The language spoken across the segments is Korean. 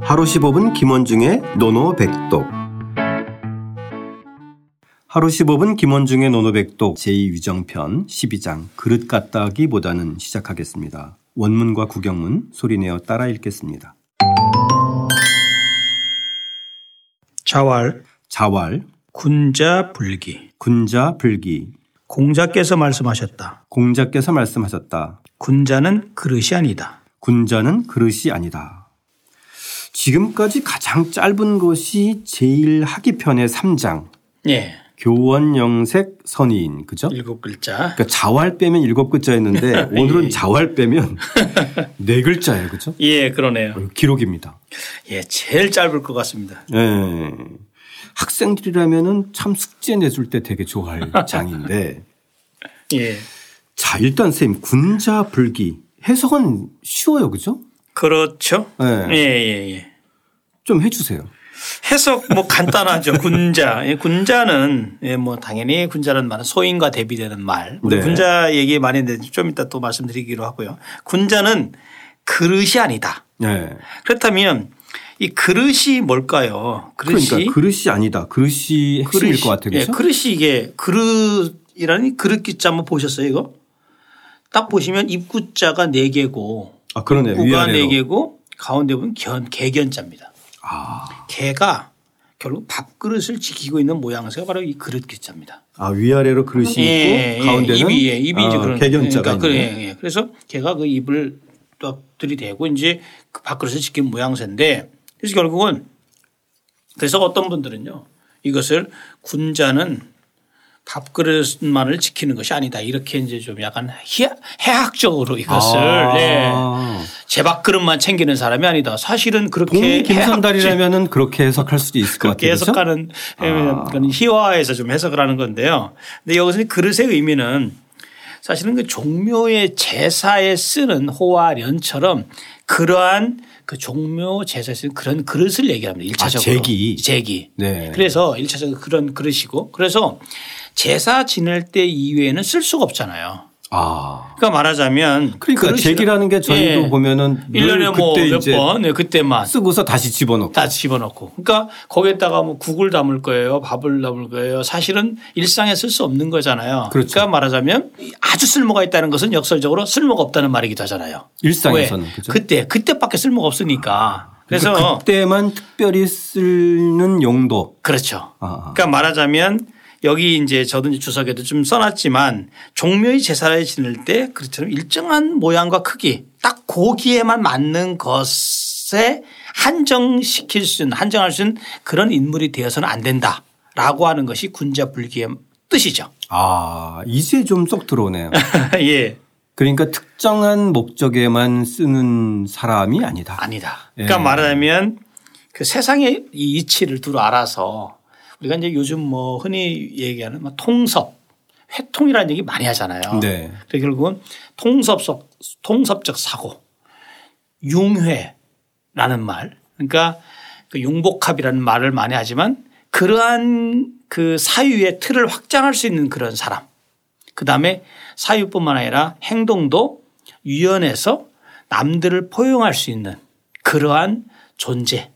하루 15분 김원중의 노노백독 하루 15분 김원중의 노노백독 제2유정편 12장 그릇 같다기보다는 시작하겠습니다. 원문과 구경문 소리내어 따라 읽겠습니다. 자왈, 자왈, 군자 불기. 군자, 불기, 공자께서 말씀하셨다. 공자께서 말씀하셨다. 군자는 그릇이 아니다. 군자는 그릇이 아니다. 지금까지 가장 짧은 것이 제1하기편의 3장 예. 교원영색 선의인 그죠? 일곱 글자. 그러니까 자활 빼면 일곱 글자였는데 네. 오늘은 자활 빼면 네 글자예요, 그렇죠? 예, 그러네요. 기록입니다. 예, 제일 짧을 것 같습니다. 예. 학생들이라면은 참 숙제 내줄 때 되게 좋아할 장인데 예. 자 일단 쌤 군자 불기 해석은 쉬워요, 그죠? 그렇죠? 예. 예, 예, 예. 좀 해주세요. 해석 뭐 간단하죠. 군자. 예, 군자는 예, 뭐 당연히 군자는 말은 소인과 대비되는 말. 우리 네. 군자 얘기 많이 했는데 좀 이따 또 말씀드리기로 하고요. 군자는 그릇이 아니다. 예. 그렇다면 이 그릇이 뭘까요? 그릇이 그러니까 그릇이 아니다. 그릇이 핵심일 것 같아요, 예, 그렇죠? 그릇이 이게 그릇이라니 그릇 기자 한번 보셨어요 이거? 딱 보시면 입구자가 네 개고 아 그러네 우가 네 위아래로. 개고 가운데 보면 견 개견자입니다. 아, 개가 결국 밥그릇을 지키고 있는 모양새가 바로 이 그릇 기자입니다. 아 위아래로 그릇이 있고 예, 예, 가운데는 입이 예, 입이 이제 아, 그런 개견자가 그러니까 그- 있네. 예, 예. 그래서 개가 그 입을 딱 들이대고 이제 그 밥그릇을 지킨 모양새인데 그래서 결국은 그래서 어떤 분들은요 이것을 군자는 밥그릇만을 지키는 것이 아니다 이렇게 이제 좀 약간 해- 해학적으로 이것을 예. 아. 제 밥그릇만 챙기는 사람이 아니다 사실은 그렇게 동이 해학적- 김선달이라면은 그렇게 해석할 수도 있을 것 그렇게 같아요. 그죠? 아. 해석하는 예, 그런 희화화해서 좀 해석을 하는 건데요. 근데 여기서 그릇의 의미는 사실은 그 종묘의 제사에 쓰는 호화련처럼 그러한 그 종묘 제사에 쓰는 그런 그릇을 얘기합니다. 일차적으로 아, 제기. 제기. 네. 그래서 일차적으로 그런 그릇이고 그래서 제사 지낼 때 이외에는 쓸 수가 없잖아요. 아. 그러니까 말하자면 그러니까 그릇이라- 제기라는 게 저희도 예. 보면은 늘 1년에 뭐 그때 몇 이제 번, 예, 그때만 쓰고서 다시 집어넣고. 다 집어넣고. 그러니까 거기에다가 뭐 국을 담을 거예요. 밥을 담을 거예요. 사실은 일상에 쓸 수 없는 거잖아요. 러 그렇죠. 니까 말하자면 아주 쓸모가 있다는 것은 역설적으로 쓸모가 없다는 말이기도 하잖아요. 일상에서는, 왜? 그죠? 그때 그때밖에 쓸모가 없으니까. 그래서 그러니까 그때만 특별히 쓰는 용도. 그렇죠. 아. 그러니까 말하자면 여기 이제 저도 이제 주석에도 좀 써놨지만 종묘의 제사를 지낼 때 그처럼 일정한 모양과 크기 딱 고기에만 맞는 것에 한정시킬 수 있는 한정할 수 있는 그런 인물이 되어서는 안 된다라고 하는 것이 군자 불기의 뜻이죠. 아, 이제 좀 쏙 들어오네요. 예, 그러니까 특정한 목적에만 쓰는 사람이 아니다. 아니다. 그러니까 예. 말하자면 그 세상의 이 이치를 두루 알아서 우리가 이제 요즘 뭐 흔히 얘기하는 뭐 통섭, 회통이라는 얘기 많이 하잖아요. 네. 그래서 결국은 통섭적, 통섭적 사고, 융회라는 말, 그러니까 그 융복합이라는 말을 많이 하지만 그러한 그 사유의 틀을 확장할 수 있는 그런 사람. 그 다음에 사유뿐만 아니라 행동도 유연해서 남들을 포용할 수 있는 그러한 존재.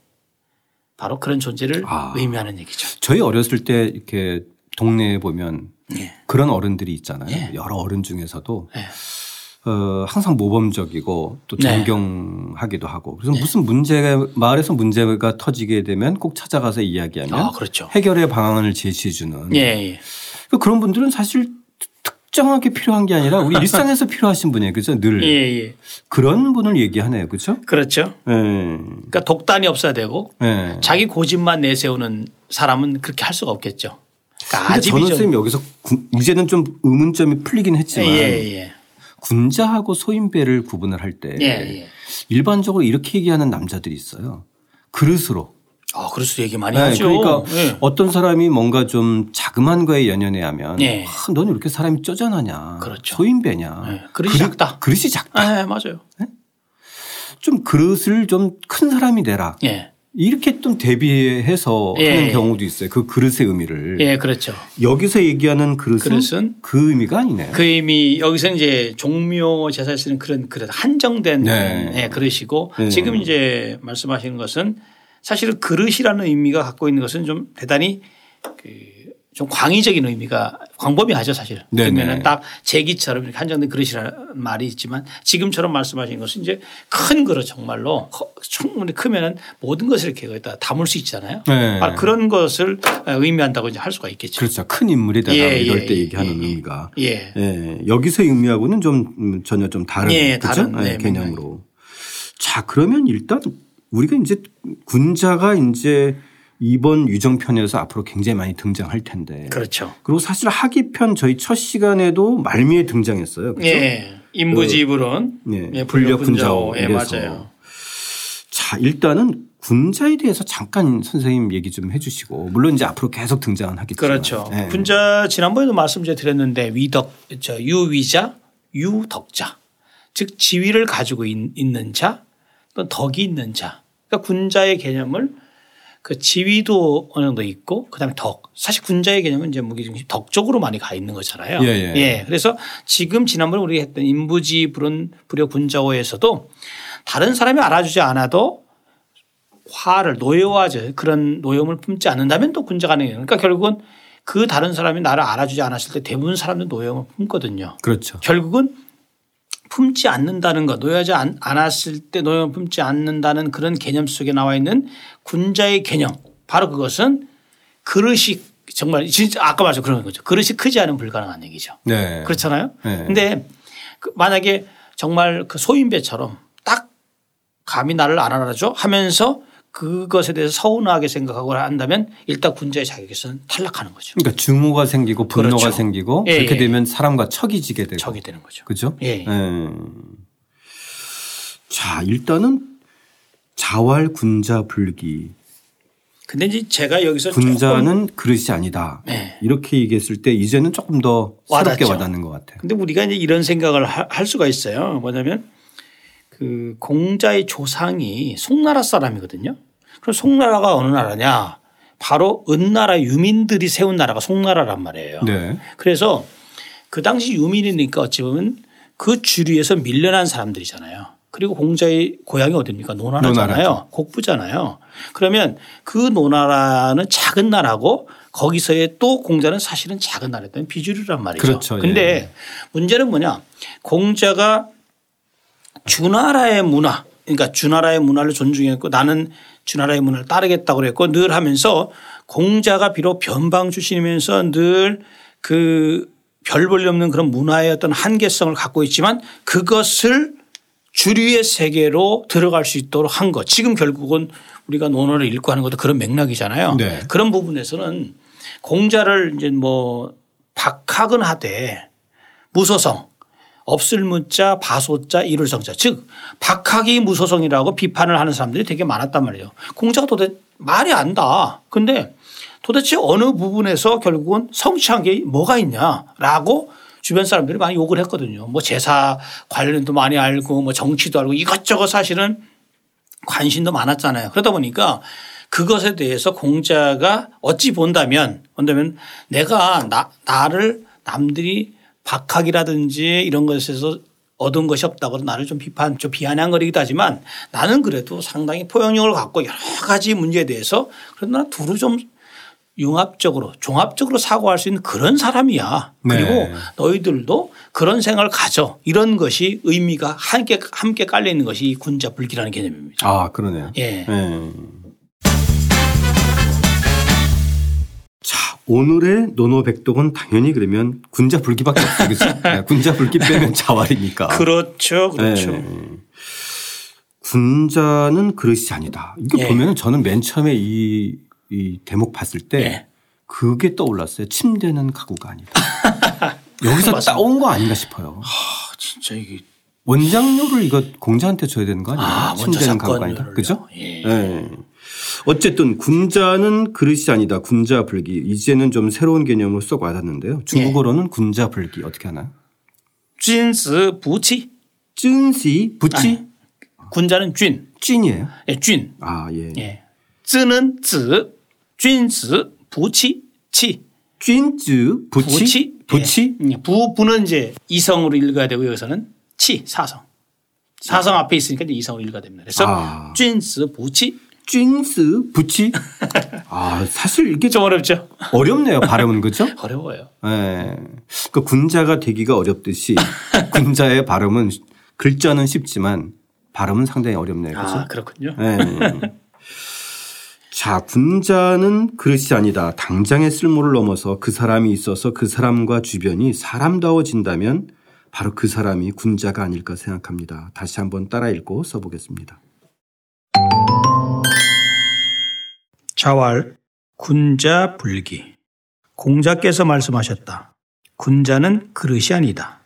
바로 그런 존재를 아. 의미하는 얘기죠. 저희 어렸을 때 이렇게 동네에 보면 예. 그런 어른들이 있잖아요. 예. 여러 어른 중에서도 예. 어, 항상 모범적이고 또 네. 존경하기도 하고 그래서 무슨 문제가 마을에서 문제가 터지게 되면 꼭 찾아가서 이야기하면 아, 그렇죠. 해결의 방안을 제시해 주는 그러니까 예, 예. 그런 분들은 사실 특- 특정하게 필요한 게 아니라 우리 일상에서 필요하신 분이에요. 그죠? 늘 예, 예. 그런 분을 얘기하네요. 그죠? 그렇죠. 예. 그러니까 독단이 없어야 되고 예. 자기 고집만 내세우는 사람은 그렇게 할 수가 없겠죠. 그러니까 근데 저는 아집이죠. 선생님 여기서 구- 이제는 좀 의문점이 풀리긴 했지만 예예. 군자하고 소인배를 구분을 할 때 예. 네. 예. 일반적으로 이렇게 얘기하는 남자들이 있어요. 그릇으로 아 그래서 얘기 많이 네, 하죠. 그러니까 예. 어떤 사람이 뭔가 좀 자그마한 거에 연연해 하면 예. 아, 너는 이렇게 사람이 쪼잔하냐. 그렇죠. 소인배냐. 예, 그릇이 작다. 그릇이 작다. 아, 예, 맞아요. 좀 그릇을 좀 큰 사람이 내라. 예. 이렇게 좀 대비해서 예. 하는 경우도 있어요. 그 그릇의 의미를. 예, 그렇죠. 여기서 얘기하는 그릇은, 그릇은 그 의미가 아니네요. 그 이미 여기서 이제 종묘 제사에 쓰는 그런 그런 한정된 네. 예, 그릇이고 네. 지금 이제 말씀하시는 것은 사실은 그릇이라는 의미가 갖고 있는 것은 좀 대단히 그 좀 광의적인 의미가 광범위하죠 사실. 네, 그러면은 네. 딱 제기처럼 이렇게 한정된 그릇이라는 말이 있지만 지금처럼 말씀하신 것은 이제 큰 그릇 정말로 커- 충분히 크면은 모든 것을 이렇게 거기다 담을 수 있잖아요. 네. 바로 그런 것을 의미한다고 이제 할 수가 있겠죠. 그렇죠. 큰 인물이다. 예, 이럴 예, 때 예, 얘기하는 예, 예. 의미가. 예. 예, 여기서 의미하고는 좀 음, 전혀 좀 다른 예, 그죠? 다른, 예, 네, 개념으로. 자, 그러면 일단 우리가 이제 군자가 이제 이번 유정편에서 앞으로 굉장히 많이 등장할 텐데. 그렇죠. 그리고 사실 하기편 저희 첫 시간에도 말미에 등장했어요. 그죠? 예. 인부지불은 예, 예, 불력분자오 불력분자오. 예, 이래서. 맞아요. 자, 일단은 군자에 대해서 잠깐 선생님 얘기 좀 해주시고 물론 이제 앞으로 계속 등장은 하겠지만. 그렇죠. 예. 분자 지난번에도 말씀 제가 드렸는데 위덕 저 유위자 유덕자 즉 지위를 가지고 있- 있는 자 또는 덕이 있는 자. 그러니까 군자의 개념을 그 지위도 어느 정도 있고 그다음에 덕. 사실 군자의 개념은 이제 무기중심 덕 쪽으로 많이 가 있는 거잖아요. 예, 예. 그래서 지금 지난번에 우리 했던 인부지 불은 불여 군자호에서도 다른 사람이 알아주지 않아도 화를 노여워하죠. 그런 노여움을 품지 않는다면 또 군자 가능해요. 그러니까 결국은 그 다른 사람이 나를 알아주지 않았을 때 대부분 사람들 노여움을 품거든요. 그렇죠. 결국은 품지 않는다는 것, 노여하지 않- 않았을 때 노여움을 품지 않는다는 그런 개념 속에 나와 있는 군자의 개념. 바로 그것은 그릇이 정말 진짜 아까 말씀 그런 거죠. 그릇이 크지 않은 불가능한 얘기죠. 네. 그렇잖아요. 네. 근데 그 만약에 정말 그 소인배처럼 딱 감히 나를 안 알아줘 하면서 그것에 대해서 서운하게 생각하고 한다면 일단 군자의 자격에서는 탈락하는 거죠. 그러니까 증오가 생기고 분노가 그렇죠. 생기고 예, 그렇게 예. 되면 사람과 척이 지게 되고 적이 되는 거죠. 그죠? 예. 자, 일단은 자활 군자 불기. 근데 이제 제가 여기서 조금 군자는 그릇이 아니다. 네. 이렇게 얘기했을 때 이제는 조금 더 새롭게 와닿죠. 와닿는 것 같아요. 근데 우리가 이제 이런 생각을 하- 할 수가 있어요. 뭐냐면 그 공자의 조상이 송나라 사람이거든요. 그럼 송나라가 어느 나라냐? 바로 은나라 유민들이 세운 나라가 송나라란 말이에요. 네. 그래서 그 당시 유민이니까 어찌 보면 그 주류에서 밀려난 사람들이잖아요. 그리고 공자의 고향이 어딥니까? 노나라잖아요. 곡부잖아요. 그러면 그 노나라는 작은 나라고 거기서의 또 공자는 사실은 작은 나라였던 비주류란 말이죠. 그렇죠. 예. 근데 문제는 뭐냐? 공자가 주나라의 문화 그러니까 주나라의 문화를 존중했고 나는 주나라의 문화를 따르겠다고 그랬고 늘 하면서 공자가 비록 변방 출신이면서 늘 그 별볼일 없는 그런 문화의 어떤 한계성을 갖고 있지만 그것을 주류의 세계로 들어갈 수 있도록 한 것. 지금 결국은 우리가 논어를 읽고 하는 것도 그런 맥락이잖아요. 네. 그런 부분에서는 공자를 이제 뭐 박학은 하되 무소성 없을 무자 바소자 이룰성자 즉 박학이 무소성이라고 비판을 하는 사람들이 되게 많았단 말이에요. 공자가 도대체 말이 안다. 근데 도대체 어느 부분에서 결국은 성취한 게 뭐가 있냐라고 주변 사람들이 많이 욕을 했거든요. 뭐 제사 관련도 많이 알고 뭐 정치도 알고 이것저것 사실은 관심도 많았잖아요. 그러다 보니까 그것에 대해서 공자가 어찌 본다면 본다면 내가 나, 나를 남들이 박학이라든지 이런 것에서 얻은 것이 없다고 나를 좀 비판 좀 비아냥거리기도 하지만 나는 그래도 상당히 포용력을 갖고 여러 가지 문제에 대해서 그러나 두루 좀 융합적으로 종합적으로 사고할 수 있는 그런 사람이야. 그리고 네. 너희들도 그런 생각을 가져 이런 것이 의미가 함께 함께 깔려 있는 것이 이 군자 불기라는 개념입니다. 아, 그러네요. 예. 자, 오늘의 노노백독은 당연히 그러면 군자 불기밖에 없어요. 그죠? 네, 군자 불기 빼면 자활이니까. 그렇죠. 그렇죠. 아. 네. 군자는 그릇이 아니다. 이거 예. 보면 은 저는 맨 처음에 이, 이 대목 봤을 때 예. 그게 떠올랐어요. 침대는 가구가 아니다. 여기서 따온 거 아닌가 싶어요. 아, 진짜 이게 원장료를 이거 공자한테 줘야 되는 거 아니에요? 아, 먼저 침대는 가구가 아니다. 사건료를요. 그죠? 네. 예. 어쨌든 군자는 그릇이 아니다. 군자 불기. 이제는 좀 새로운 개념으로 쏙 예. 와닿는데요. 중국어로는 군자 불기 어떻게 하나요? 쥔스 부치 찐시 부치 군자는 쥔, 찐이에요. 예, 쥔. 아 예. 예. 쯔는 쯔, 쥔쯔, 부치, 치. 쥔즈 부치 부치? 부치 음, 부, 부는 이제 이성으로 읽어야 되고 여기서는 치, 사성. 사성 앞에 있으니까 이제 이성으로 읽어야 됩니다. 아. 그래서 쥔쯔, 부치. 예. 쥔즈 부치 아 사실 이게 좀 좀 어렵죠? 어렵네요 발음은 그죠? 어려워요. 예. 그 군자가 되기가 어렵듯이 군자의 발음은 글자는 쉽지만 발음은 상당히 어렵네요. 그죠? 아, 그렇군요. 예. 자, 군자는 그릇이 아니다. 당장의 쓸모를 넘어서 그 사람이 있어서 그 사람과 주변이 사람다워진다면 바로 그 사람이 군자가 아닐까 생각합니다. 다시 한번 따라 읽고 써보겠습니다. 자왈 군자 불기 공자께서 말씀하셨다. 군자는 그릇이 아니다.